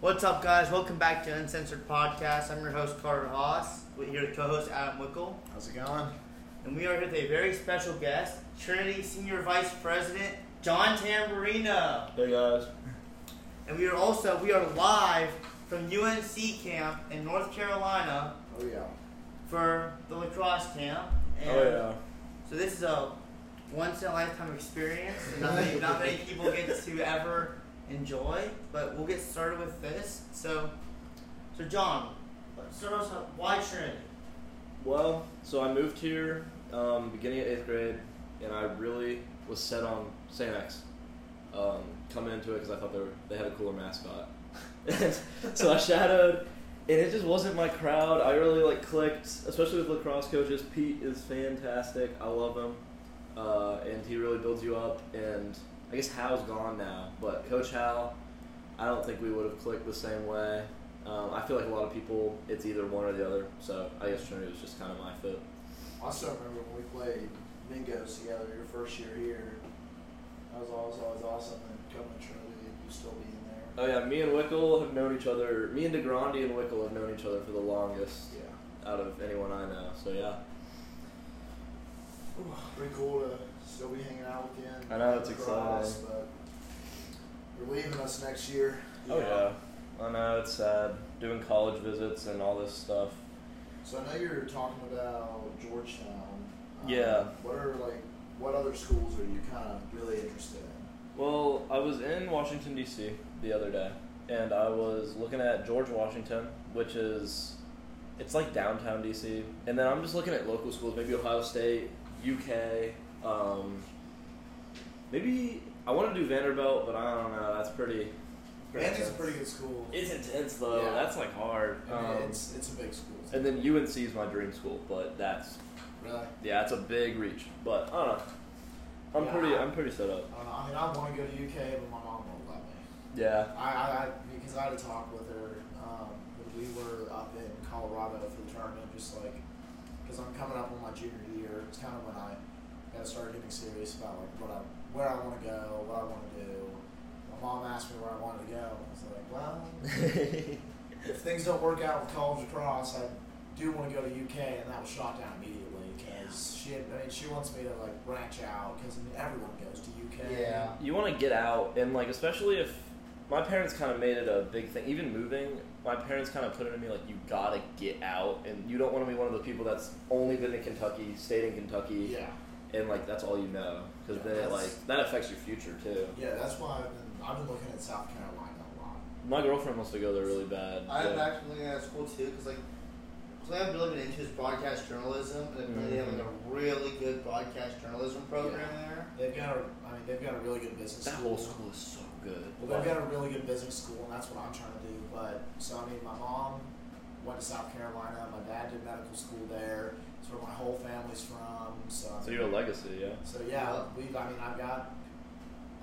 What's up, guys? Welcome back to Uncensored Podcast. I'm your host, Carter Haas. We're here with co host Adam Wickel. How's it going? And we are here with a very special guest, Trinity Senior Vice President John Tamburino. Hey guys. And we are also, we are live from UNC camp in North Carolina Oh yeah. for the lacrosse camp. And Oh yeah. So this is a once in a lifetime experience. and Not many, not many people get to ever enjoy. But we'll get started with this. So, so John, let's start us off. Why Trinity? Well, so I moved here um, beginning of eighth grade, and I really was set on St. X um, coming into it because I thought they were they had a cooler mascot. so I shadowed, and it just wasn't my crowd. I really like clicked, especially with lacrosse coaches. Pete is fantastic. I love him, uh, and he really builds you up. And I guess Hal's gone now, but Coach Hal, I don't think we would have clicked the same way. Um, I feel like a lot of people, it's either one or the other. So I guess Trinity was just kind of my fit. Also remember when we played Mingos together your first year here. That was always always awesome and coming to Trinity you still being there. Oh yeah, me and Wickel have known each other. Me and DeGrandi and Wickel have known each other for the longest Yeah. out of anyone I know. So yeah. Pretty cool to still be hanging out with you. and I know, it's across, exciting. But you're leaving us next year. Oh yeah. I know it's sad doing college visits and all this stuff. So I know you're talking about Georgetown. Um, Yeah. What are like what other schools are you kind of really interested in? Well, I was in Washington D.C. the other day, and I was looking at George Washington, which is, it's like downtown D.C. And then I'm just looking at local schools, maybe Ohio State, U.K. Um, maybe I want to do Vanderbilt, but I don't know. That's pretty. Vandy's a intense. pretty good school. It's intense though. Yeah. That's like hard. I mean, Um, it's it's a big school. and then UNC is my dream school, but that's really. yeah, it's a big reach. But I don't know. I'm Yeah. pretty. I'm pretty set up. I don't know. I mean, I want to go to UK, but my mom won't let me. Yeah. I, I, I because I had a talk with her um, when we were up in Colorado for the tournament, just like because I'm coming up on my junior year. It's kind of when I got to start getting serious about like what I where I want to go, what I want to do. My mom asked me where I wanted to go, and I was like, well, if things don't work out with college across, I do want to go to UK, and that was shot down immediately because she, had, I mean, she wants me to like branch out because I mean, everyone goes to UK. Yeah. you want to get out and like especially if my parents kind of made it a big thing even moving my parents kind of put it in me like you gotta get out and you don't want to be one of the people that's only been to kentucky stayed in kentucky Yeah. and like that's all you know because Yeah, then it, that's- like that affects your future too Yeah, that's why I've been, I've been looking at South Carolina a lot. my girlfriend wants to go there really bad I'm but- actually looking at school too because like something I've been looking into is broadcast journalism, and apparently they have like a really good broadcast journalism program there. They've got a, I mean, they've got a really good business. that school. whole school is so good Well, they've got a really good business school, and that's what I'm trying to do. But so I mean, my mom went to South Carolina. My dad did medical school there. That's where my whole family's from. So I so mean, you're a legacy yeah So yeah, we've. I mean, I've got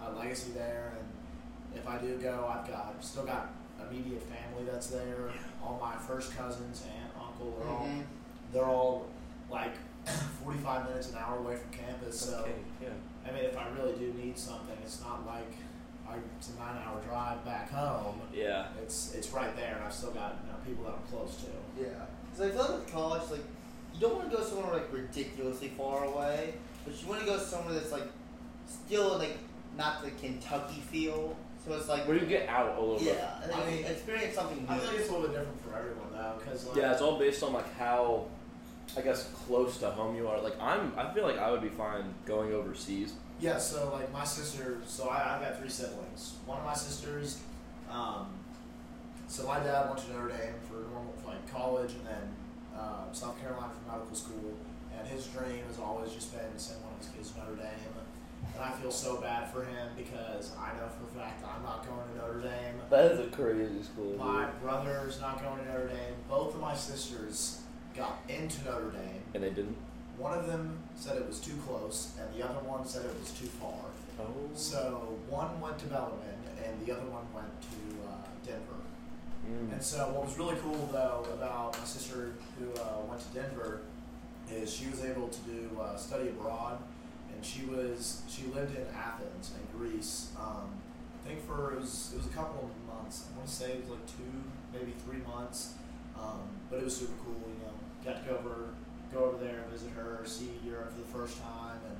a legacy there, and if I do go, I've got I've still got immediate family that's there. All my first cousins, aunt, uncle, are all Mhm. they're all like 45 minutes an hour away from campus. So yeah I mean, if I really do need something, it's not like I, it's a nine-hour drive back home. yeah It's it's right there, and I've still got you know, people that I'm close to. Yeah, because I feel like with college, like you don't want to go somewhere like ridiculously far away, but you want to go somewhere that's like still like not the Kentucky feel. So it's like where you get out all over yeah, and I then mean- experience something new. I think it's a little bit different for everyone though, because like, Yeah, it's all based on like how, I guess, close to home you are. Like I'm, I feel like I would be fine going overseas. Yeah, so like my sister, so I, I've got three siblings. One of my sisters, um, so my dad went to Notre Dame for normal like college, and then uh, South Carolina for medical school. And his dream has always just been to send one of his kids to Notre Dame. And I feel so bad for him because I know for a fact that I'm not going to Notre Dame. That is a crazy school. My brother's not going to Notre Dame. Both of my sisters got into Notre Dame. And they didn't. One of them said it was too close, and the other one said it was too far. Oh. So one went to Bellarmine and the other one went to uh, Denver. Mm. Hmm. And so what was really cool though about my sister who uh, went to Denver is she was able to do uh, study abroad, and she was she lived in Athens in Greece um, I think for it was it was a couple of months. I want to say it was like two, maybe three months. Um, but it was super cool. You know, got to go over go over there, visit her, see Europe for the first time, and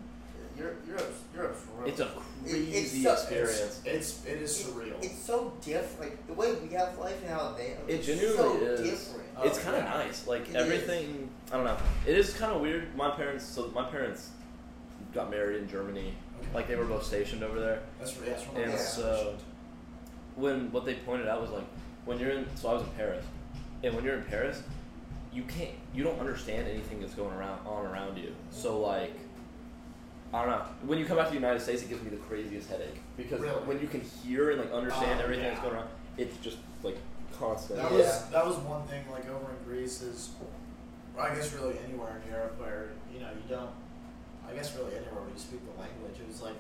Europe, Europe's Europe's rough. It's a crazy it's so- experience. it's it is It- surreal. It's so different. Like the way we have life and how they. It it's genuinely so is. different. Oh, it's kind of yeah. nice. Like It everything, I don't know. It is kind of weird. My parents, so my parents got married in Germany. Like they were both stationed over there. that's re- that's And yeah. so- When what they pointed out was like, when you're in, so I was in Paris, and when you're in Paris, you can't, you don't understand anything that's going around on around you. So like, I don't know. When you come back to the United States, it gives me the craziest headache because Really? when you can hear and like understand Oh, everything that's yeah. going around, it's just like constant. That Yeah. was that was one thing like over in Greece is, or I guess really anywhere in Europe where you know you don't, I guess really anywhere where you speak the language. It was like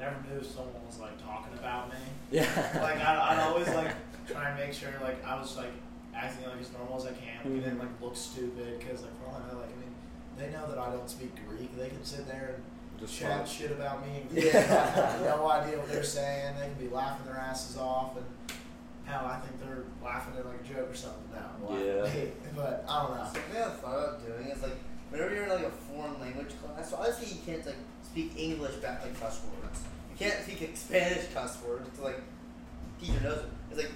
I never knew someone was like talking about me. yeah. Like I, I'd always like try and make sure like I was like acting like as normal as I can, and then like look stupid because like for all I know, like I mean they know that I don't speak Greek. They can sit there and just chat shit about me. And Yeah. I have no idea what they're saying. They can be laughing their asses off, and hell, I think they're laughing at like a joke or something now. I'm laughing. but I don't know. Something I've thought about doing is like whenever you're in like a foreign language class, so obviously you can't like speak English back like cuss words. You can't speak like, Spanish cuss words to like teacher knows it. It's like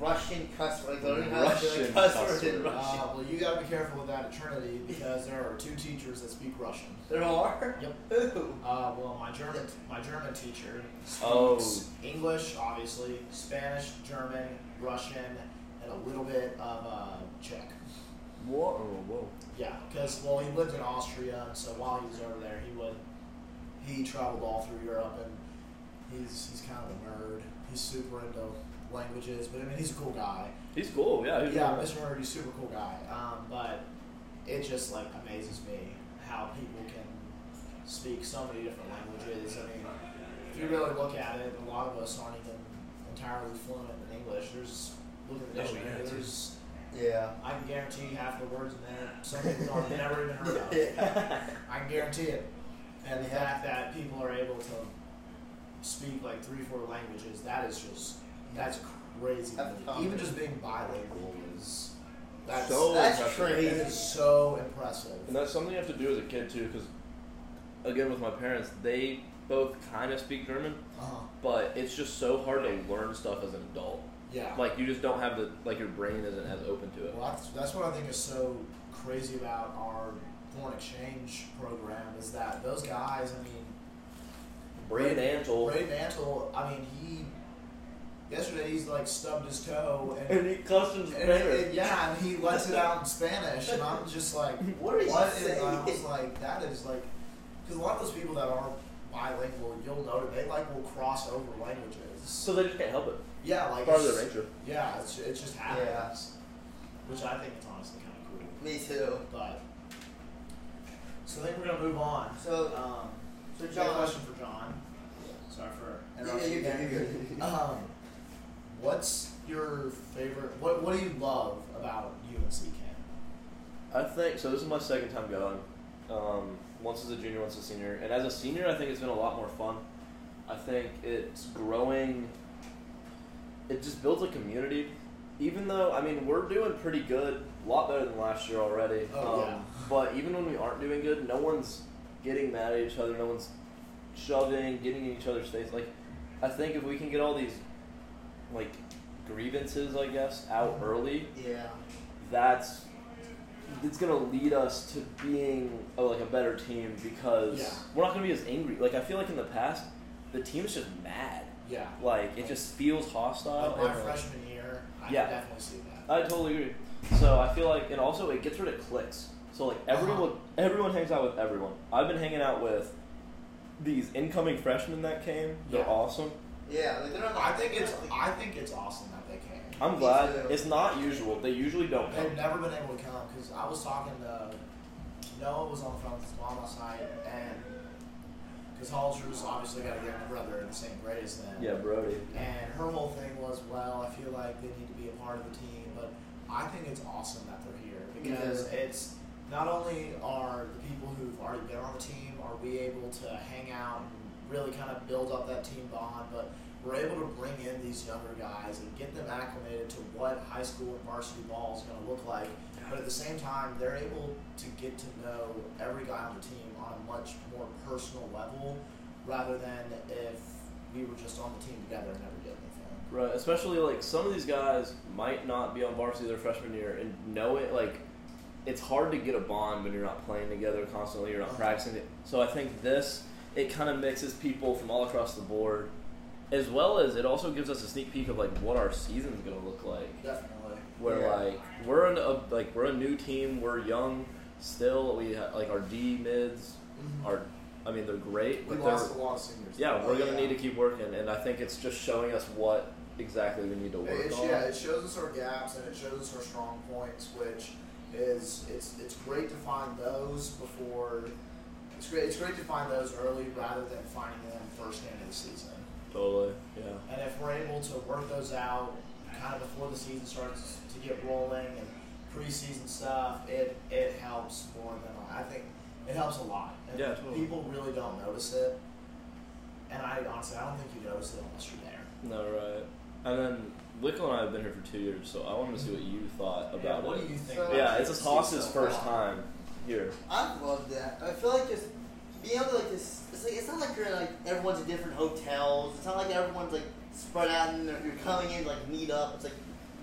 Russian cuss words, like learning how to do Russian like, cuss, cuss words in words. Russian. Uh, well, you gotta be careful with that at Trinity because there are two teachers that speak Russian. there are? Yep. Who? Uh, well, my German, my German teacher speaks Oh. English, obviously, Spanish, German, Russian, and a little bit of uh, Czech. Whoa, whoa. Yeah, because well, he lived in Austria, and so while he was over there, he would he traveled all through Europe, and he's he's kind of a nerd. He's super into languages, but I mean, he's a cool guy. He's cool, yeah. He's Yeah, really Mr. Murphy's super cool guy. Um, but it just like amazes me how people can speak so many different languages. I mean, if you really look at it, a lot of us aren't even entirely fluent in English. There's look at the Oh, dictionary. yeah, dude. there's Yeah. I can guarantee half the words in there some people have never even heard of. I can guarantee it. And the fact that people are able to speak like three, four languages, that is just that's crazy. to That's me. tough. Even just being bilingual is that's So That's impressive. that crazy. is so impressive. And that's something you have to do as a kid too, because again, with my parents, they both kind of speak German, Uh-huh. but it's just so hard to learn stuff as an adult. Yeah. Like uh, you just don't have the like your brain isn't as open to it. Well, that's, that's what I think is so crazy about our foreign exchange program is that those guys, I mean, Brain Antle. Ray Mantle, I mean, he yesterday he's like stubbed his toe and he questions And, and- yeah, and he lets it out in Spanish, and I'm just like, What are you what? is- saying? And I was like, that is like, because a lot of those people that are bilingual, you'll know that they like will cross over languages. So they just can't help it. Yeah, like Part of it's- the ranger. Yeah, it's, it just happens, which I think is honestly kind of cool. Me too. But so I think we're gonna move on. So Um, so we got a John question for John. Sorry for Yeah, yeah, you're good, you're good. Um, what's your favorite? What What do you love about UNC? I think so. This is my second time going. Um, once as a junior, once as a senior, and as a senior, I think it's been a lot more fun. I think it's growing. It just builds a community. Even though I mean we're doing pretty good, a lot better than last year already. Oh, um, yeah. But even when we aren't doing good, no one's getting mad at each other. No one's shoving, getting in each other's face. Like I think if we can get all these like grievances, I guess, out early, Yeah. that's it's gonna lead us to being oh, like a better team because Yeah. we're not gonna be as angry. Like I feel like in the past, the team's just mad. Yeah. Like it just feels hostile. Like Uh, my and, like, freshman year, I Yeah. can definitely see that. I totally agree. So I feel like, and also it gets rid of cliques. So like Uh-huh. everyone, everyone hangs out with everyone. I've been hanging out with these incoming freshmen that came. They're Yeah. awesome. Yeah, like they're not I think it's I think it's awesome that they came. I'm Me glad. too. It's not usual. They usually don't come. They've never been able to come because I was talking to Noah was on the phone with his mom last night, and because Holzer's obviously got a younger brother in the same grade as them. Yeah, Brody. And her whole thing was, well, I feel like they need to be a part of the team, but I think it's awesome that they're here because Yeah. it's not only are the people who've already been on the team are we able to hang out and really kind of build up that team bond, but we're able to bring in these younger guys and get them acclimated to what high school and varsity ball is going to look like. But at the same time, they're able to get to know every guy on the team on a much more personal level rather than if we were just on the team together and never did anything. Right, especially like some of these guys might not be on varsity their freshman year and know it. Like, it's hard to get a bond when you're not playing together constantly, you're Uh-huh. not practicing it. So I think this, it kind of mixes people from all across the board, as well as it also gives us a sneak peek of like what our season's gonna look like. Definitely. Where Yeah. like we're in a like we're a new team, we're young still. We ha like our D mids are, I mean they're great, We but they're lost a lot of seniors. yeah we're Oh, gonna yeah. need to keep working, and I think it's just showing us what exactly we need to work It's, on. yeah, it shows us our gaps and it shows us our strong points, which is it's it's great to find those before. It's great. It's great to find those early rather than finding them first game of the season. Totally. Yeah. And if we're able to work those out kind of before the season starts to get rolling and preseason stuff, it it helps more than I think it helps a lot. And Yeah, totally. People really don't notice it, and I honestly I don't think you notice it unless you're there. No right. And then Lickle and I have been here for two years, so I wanted to see what you thought about yeah, what it. do you think? So- about yeah, it? it's just Haas's So first far? time here. I love that. I feel like just being able to like this. It's like it's not like you're like everyone's at different hotels. It's not like everyone's like spread out and they're- you're coming in to, like meet up. It's like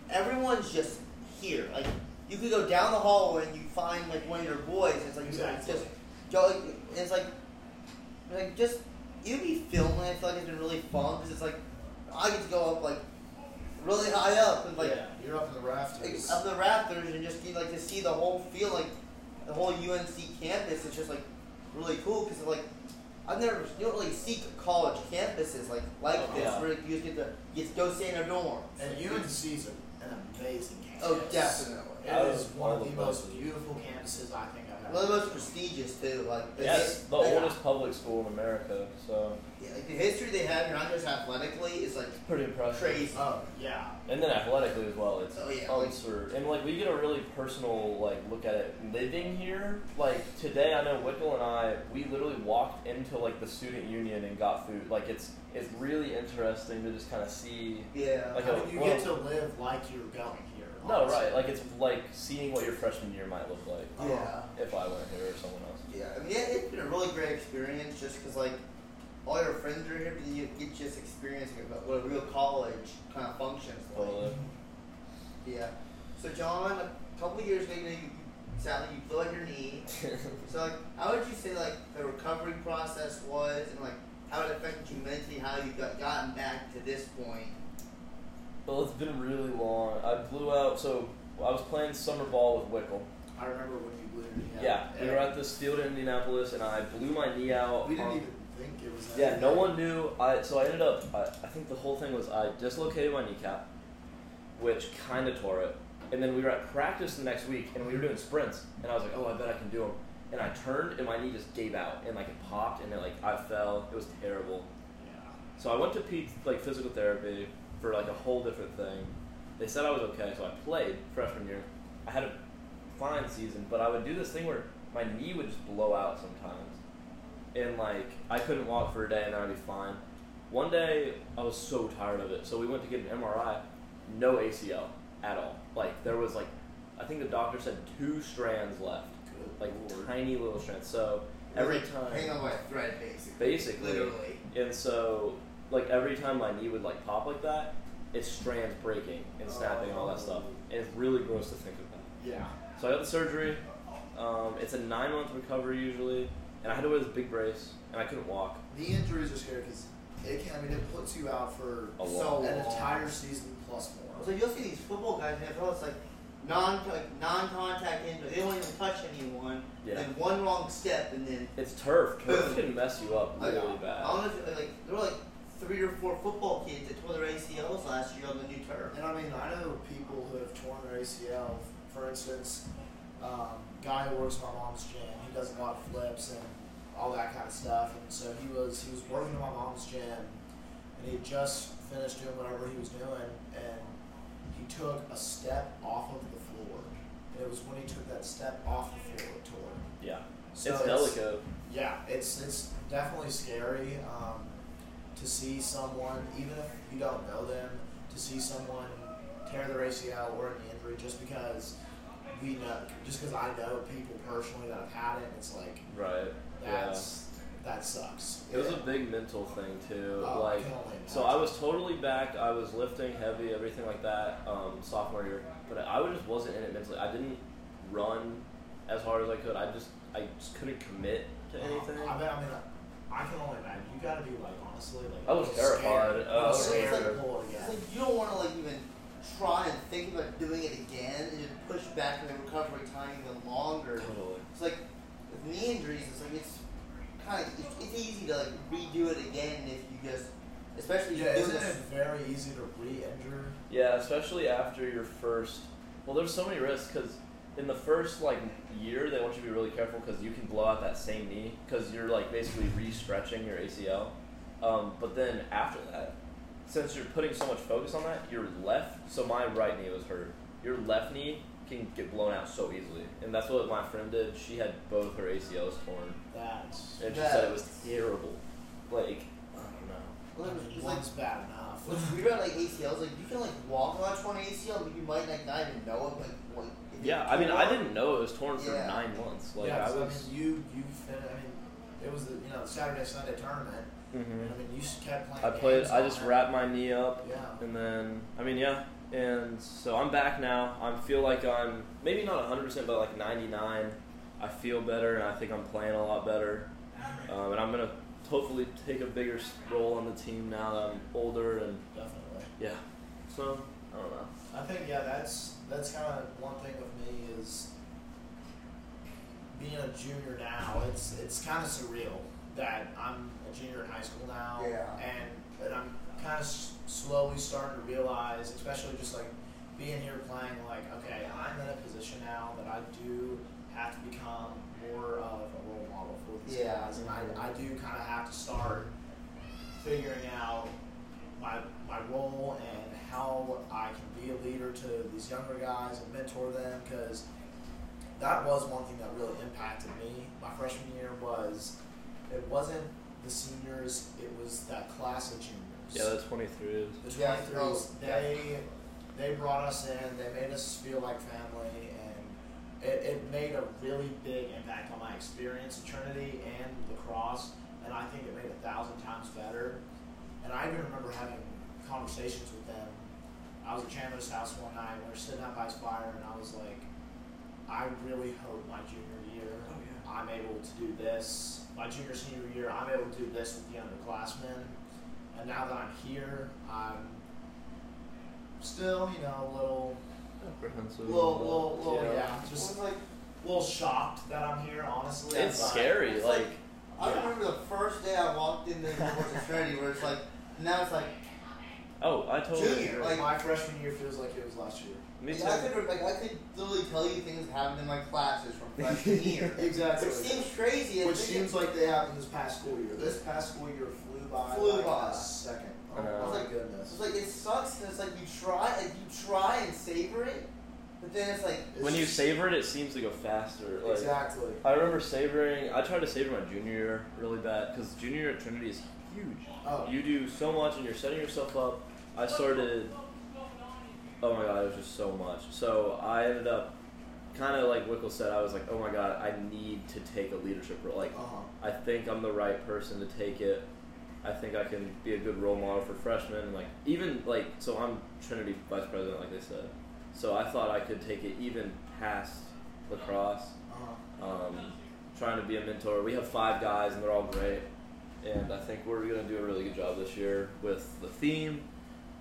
everyone's just here. Like you could go down the hall and you find like one of your boys. And it's like Exactly. just go. Like, it's like like just you be filming. I feel like it's been really fun because it's like I get to go up like really high up and like yeah, you're up in the rafters. of the Raptors and just be like to see the whole feel like the whole UNC campus is just like really cool because like I've never you don't really see college campuses like like this Oh, Yeah. where you just get to you just go stay in a dorm. and UNC is an amazing campus. Oh, definitely. It is Oh, one all of the of most those. beautiful campuses I think I've One of ever. the most prestigious too. Like the Yeah, it's his- the they- oldest public school in America, so yeah, like, the history they have here, not just athletically, is like it's pretty impressive. crazy. Oh yeah, And then athletically as well, it's Oh, yeah. absurd. And like we get a really personal like look at it living here. Like today, I know Wickel and I, we literally walked into like the student union and got food. Like it's it's really interesting to just kind of see. yeah. Like I a- mean, you well- get to live like you're going here. No, honestly. Oh, right? Like it's like seeing what your freshman year might look like yeah. if I went here or someone else. Yeah, I mean, yeah, it's been a really great experience just because, like, all your friends are here, but you get just experiencing about what a real college kind of functions like. Totally. Yeah. So, John, a couple of years ago, you know, you, sadly, you blew out your knee. So, like, how would you say, like, the recovery process was and, like, how it affected you mentally, how you got gotten back to this point? well, it's been really long. I blew out. So I was playing summer ball with Wickel. I remember when you blew your knee Yeah, out. we were at this field in Indianapolis, and I blew my knee out. We didn't on- even think it was. that Yeah, bad. no one knew. I so I ended up. I, I think the whole thing was I dislocated my kneecap, which kind of tore it. And then we were at practice the next week, and we were doing sprints. And I was like, "Oh, I bet I can do them." And I turned, and my knee just gave out, and like it popped, and it like I fell. It was terrible. Yeah. So I went to P- like physical therapy for like a whole different thing. They said I was okay, so I played freshman year. I had a fine season, but I would do this thing where my knee would just blow out sometimes, and like I couldn't walk for a day, and then I'd be fine. One day I was so tired of it, so we went to get an MRI. No ACL at all. Like there was like, I think the doctor said two strands left, Good like lord. tiny little strands. So every Like, time, Hang on by a thread, basically. basically, Literally. and so, like every time my knee would like pop like that, it's strands breaking and snapping and all that stuff. And it's really gross to think about. Yeah. So I got the surgery. Um, it's a nine month recovery usually, and I had to wear this big brace, and I couldn't walk. Knee injuries are scary because it can. I mean, it puts you out for A So lot. an long. entire season plus more. So you'll see these football guys in the NFL, it's like non like non contact injury. They don't even touch anyone. Yeah. And then one wrong step, and then It's turf. Turf can mess you up like, really I bad. don't know if like there were like three or four football kids that tore their ACLs last year on the new turf. And I mean, I know people who have torn their ACL. For instance, um, guy who works at my mom's gym, he does a lot of flips and all that kind of stuff. And so he was he was working at my mom's gym, and he had just finished doing whatever he was doing, and he took a step off of the floor. And it was when he took that step off the floor it tore. Yeah, So it's delicate. yeah, it's it's definitely scary um, to see someone, even if you don't know them, to see someone tear their ACL or an injury just because we know, just because I know people personally that have had it, it's like Right. that's that sucks. yeah. It was a big mental thing too. Oh, like can only So I imagine. was totally back. I was lifting heavy, everything like that, um, sophomore year. But I was- just wasn't in it mentally. I didn't run as hard as I could. I just I just couldn't commit to anything. Oh, I, bet, I mean, I can only imagine. You got to be like honestly like. I was scared. terrified. I was Oh, scared yeah. to pull it It's again. like you don't want to like even try and think about doing it again and just push back on the recovery time even longer. Totally. It's like with knee injuries, it's like it's kind of it's, it's easy to like redo it again if you just, especially if Yeah, you do isn't it this. very easy to re-injure? Yeah, especially after your first. Well, there's so many risks because in the first like year they want you to be really careful because you can blow out that same knee because you're like basically re-stretching your ACL. Um, but then after that, since you're putting so much focus on that, your left. So my right knee was hurt. Your left knee can get blown out so easily, and that's what my friend did. She had both her ACLs torn, That's and she That- said it was terrible. Like I don't know. Well, I it's- mean, it's like one's bad enough. what's weird about like ACLs, like you can like walk on a torn ACL, but you might like not even know it. Like what? if it Yeah, I mean I tore. didn't know it was torn for Yeah. nine months. Like yeah, I so, was. I mean, you you fin- I mean, it was the you know Saturday Sunday tournament. Mhm. I mean, you s- kept playing. I played. games I on just it. wrapped my knee up, Yeah. and then I mean, yeah. And so I'm back now. I feel like I'm maybe not 100, percent but like 99. I feel better, and I think I'm playing a lot better. Um, and I'm gonna hopefully take a bigger s- role on the team now that I'm older, and Definitely. yeah. So I don't know. I think yeah, that's that's kind of one thing with me is being a junior now. It's it's kind of surreal that I'm a junior in high school now, Yeah. and and I'm kind of s- slowly starting to realize, especially just like being here playing, like okay, I'm in a position now that I do have to become more of a role model for these Yeah. guys, and I I do kind of have to start figuring out my my role and how I can be a leader to these younger guys and mentor them because that was one thing that really impacted me my freshman year was it wasn't the seniors it was that class of Yeah, juniors that's 23 is. the Yeah, 23s oh, yeah. they they brought us in they made us feel like family and it, it made a really big impact on my experience at Trinity and lacrosse and I think it made a thousand times better and I even remember having conversations with them. I was at Chandler's house one night, we were sitting out by his fire, and I was like, I really hope my junior year I'm able to do this. My junior, senior year, I'm able to do this with the underclassmen. And now that I'm here, I'm still, you know, a little, Apprehensive. Little, little, but- little, Yeah. Just Just- like little shocked that I'm here, honestly. It's but- scary. It's Like like- I Yeah. remember the first day I walked into University Trinity, where it's like now it's like oh, I totally. Junior, agree. like- my freshman year feels like it was last year. Me like, too. I could like I could literally tell you things that happened in my classes from freshman year. Exactly. Which seems crazy. I Which think seems like they happened this past school year. This past school year flew by. Flew like by. A second. I Oh know. my It's like- goodness. It's like it sucks, and it's like you try, like you try and savor it, but then it's like It's when you just- savor it, it seems to go faster. Like, exactly. I remember savoring. I tried to savor my junior year really bad because junior year at Trinity is huge. Oh, You do so much and you're setting yourself up. I started. Oh my god, it was just so much. So I ended up kind of like Wickle said. I was like, oh my god, I need to take a leadership role. Like, uh huh. I think I'm the right person to take it. I think I can be a good role model for freshmen. Like even like so, I'm Trinity vice president, like they said. So I thought I could take it even past lacrosse Uh-huh. um, trying to be a mentor. We have five guys, and they're all great. And I think we're going to do a really good job this year with the theme.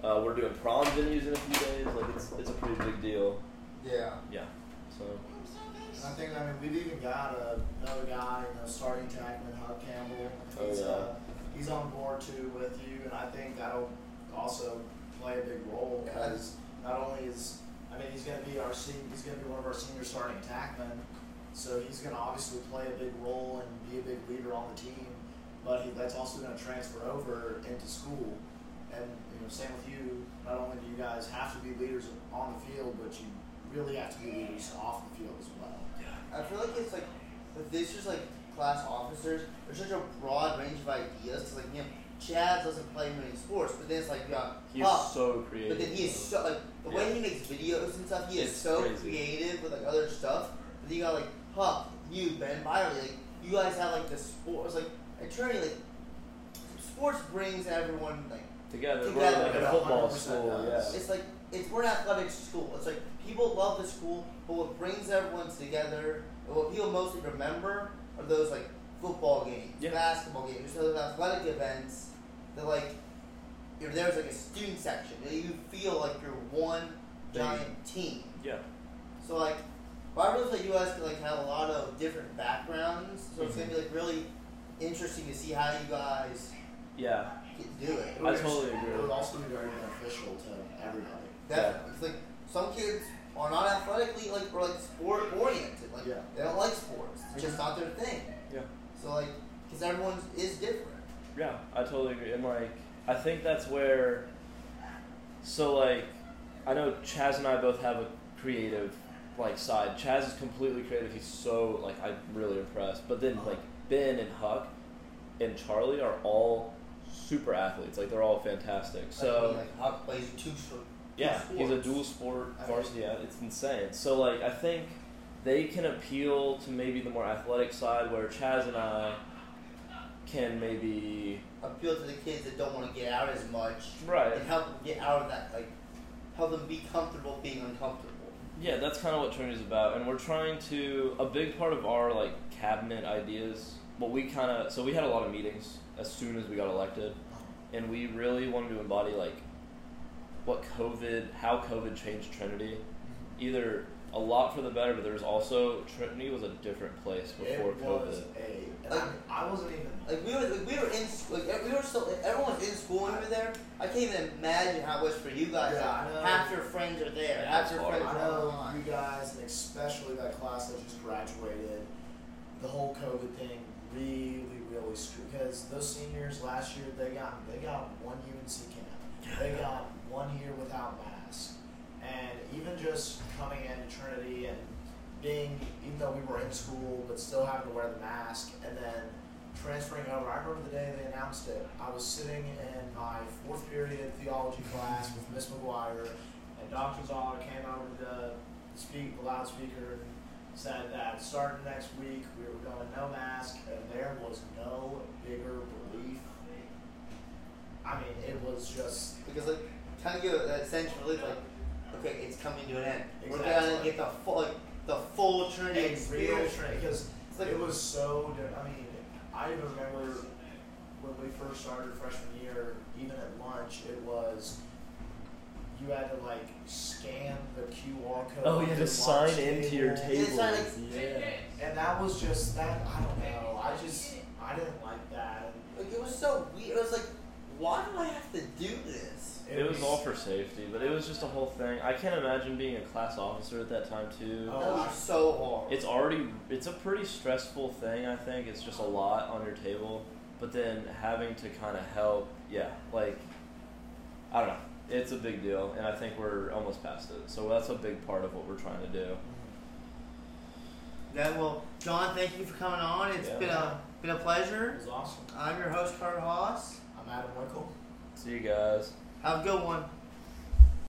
Uh, we're doing prom venues in a few days. Like it's it's a pretty big deal. yeah. Yeah. So And I think I mean we've even got a, another guy, you know, starting tackman, Hub Campbell. Oh, He's, yeah. uh, he's on board too with you, and I think that'll also play a big role because not only is I mean he's going to be our senior, he's going to be one of our senior starting tackmen, so he's going to obviously play a big role and be a big leader on the team. But he, that's also going to transfer over into school, and you know, same with you. Not only do you guys have to be leaders on the field, but you really have to be leaders off the field as well. I feel like it's like with this year's like class officers, there's such a broad range of ideas. 'cause, like you know, Chad doesn't play many sports, but then it's like you got He's Pop, so creative. but then he is so like the way he makes videos and stuff. He is It's so crazy. creative with like other stuff. But then you got like Huff, you Ben Byerly, like you guys have like the sports like attorney like sports brings everyone like together. Together. We're like a Yeah, football 100% school. does. Yeah. it's like it's we're an athletic school. It's like people love the school, but what brings everyone together and what people mostly remember are those like football games, Yeah. basketball games, those athletic events that like if there's like a student section, that you feel like you're one Thing. giant team. Yeah. So like well, I really feel like you guys can like have a lot of different backgrounds, so it's gonna be like really interesting to see how you guys Yeah. get- do it. I totally agree. It would also be very beneficial to everybody. That it's like some kids are not athletically like or like sport oriented. Like Yeah. they don't like sports. It's just not their thing. Yeah. So like, because everyone is different. Yeah, I totally agree. And like, I think that's where. So like, I know Chaz and I both have a creative, like side. Chaz is completely creative. He's so like I'm really impressed. But then like Ben and Huck, and Charlie are all super athletes. Like they're all fantastic. So like, I mean, like Hawk plays two short. yeah, sports. he's a dual sport I mean- varsity. Yeah, it's insane. So like, I think they can appeal to maybe the more athletic side, where Chaz and I can maybe Appeal to the kids that don't want to get out as much right. and help them get out of that. Like, help them be comfortable being uncomfortable. Yeah, that's kind of what Trinity is about, and we're trying to. A big part of our like cabinet ideas. Well, we kind of so we had a lot of meetings as soon as we got elected, and we really wanted to embody like what COVID, how COVID changed Trinity, Mm-hmm. either a lot for the better, but there was also Trinity was a different place before it COVID. was a. And I, I wasn't even. Like we were, like, we were in, s- like ev- we were still, everyone was in school when we were there. I can't even imagine how it was for you guys. Yeah, Like, I know. half your friends are there. Yeah, half it's your hard. friends I are know online. you guys, and especially that class that just graduated, the whole COVID thing really, really screwed. Because those seniors last year, they got they got one UNC camp, they got one year without mask, and even just coming into Trinity and being, even though we were in school, but still having to wear the mask, and then transferring over. I remember the day they announced it. I was sitting in my fourth period theology class with Miss McGuire, and Dr. Zoller came over to the speak the loudspeaker and said that starting next week we were going no mask, and there was no bigger relief. I mean, it was just Because like, kind of give it that sense of relief, like, okay, it's coming to an end. We're gonna Exactly. get the full, like, the full Trinity a real experience. trend because It's like it was so. di- I mean, I even remember when we first started freshman year. Even at lunch, it was. You had to like scan the QR code. Oh yeah, at to the sign lunch into your Yeah, table. it's not yeah. And that was just that. I don't know. I just I didn't like that. like it was so weird. It was like, why do I have to do this? And It was all for safety, but it was just a whole thing. I can't imagine being a class officer at that time too. that Oh, was so hard. It's already it's a pretty stressful thing, I think. It's just a lot on your table, but then having to kind of help, yeah, like I don't know. It's a big deal, and I think we're almost past it. So that's a big part of what we're trying to do. Then well, John, thank you for coming on. It's Yeah. been a been a It pleasure. was awesome. I'm your host, Carter Haas. I'm Adam Winkle. See you guys. Have a good one.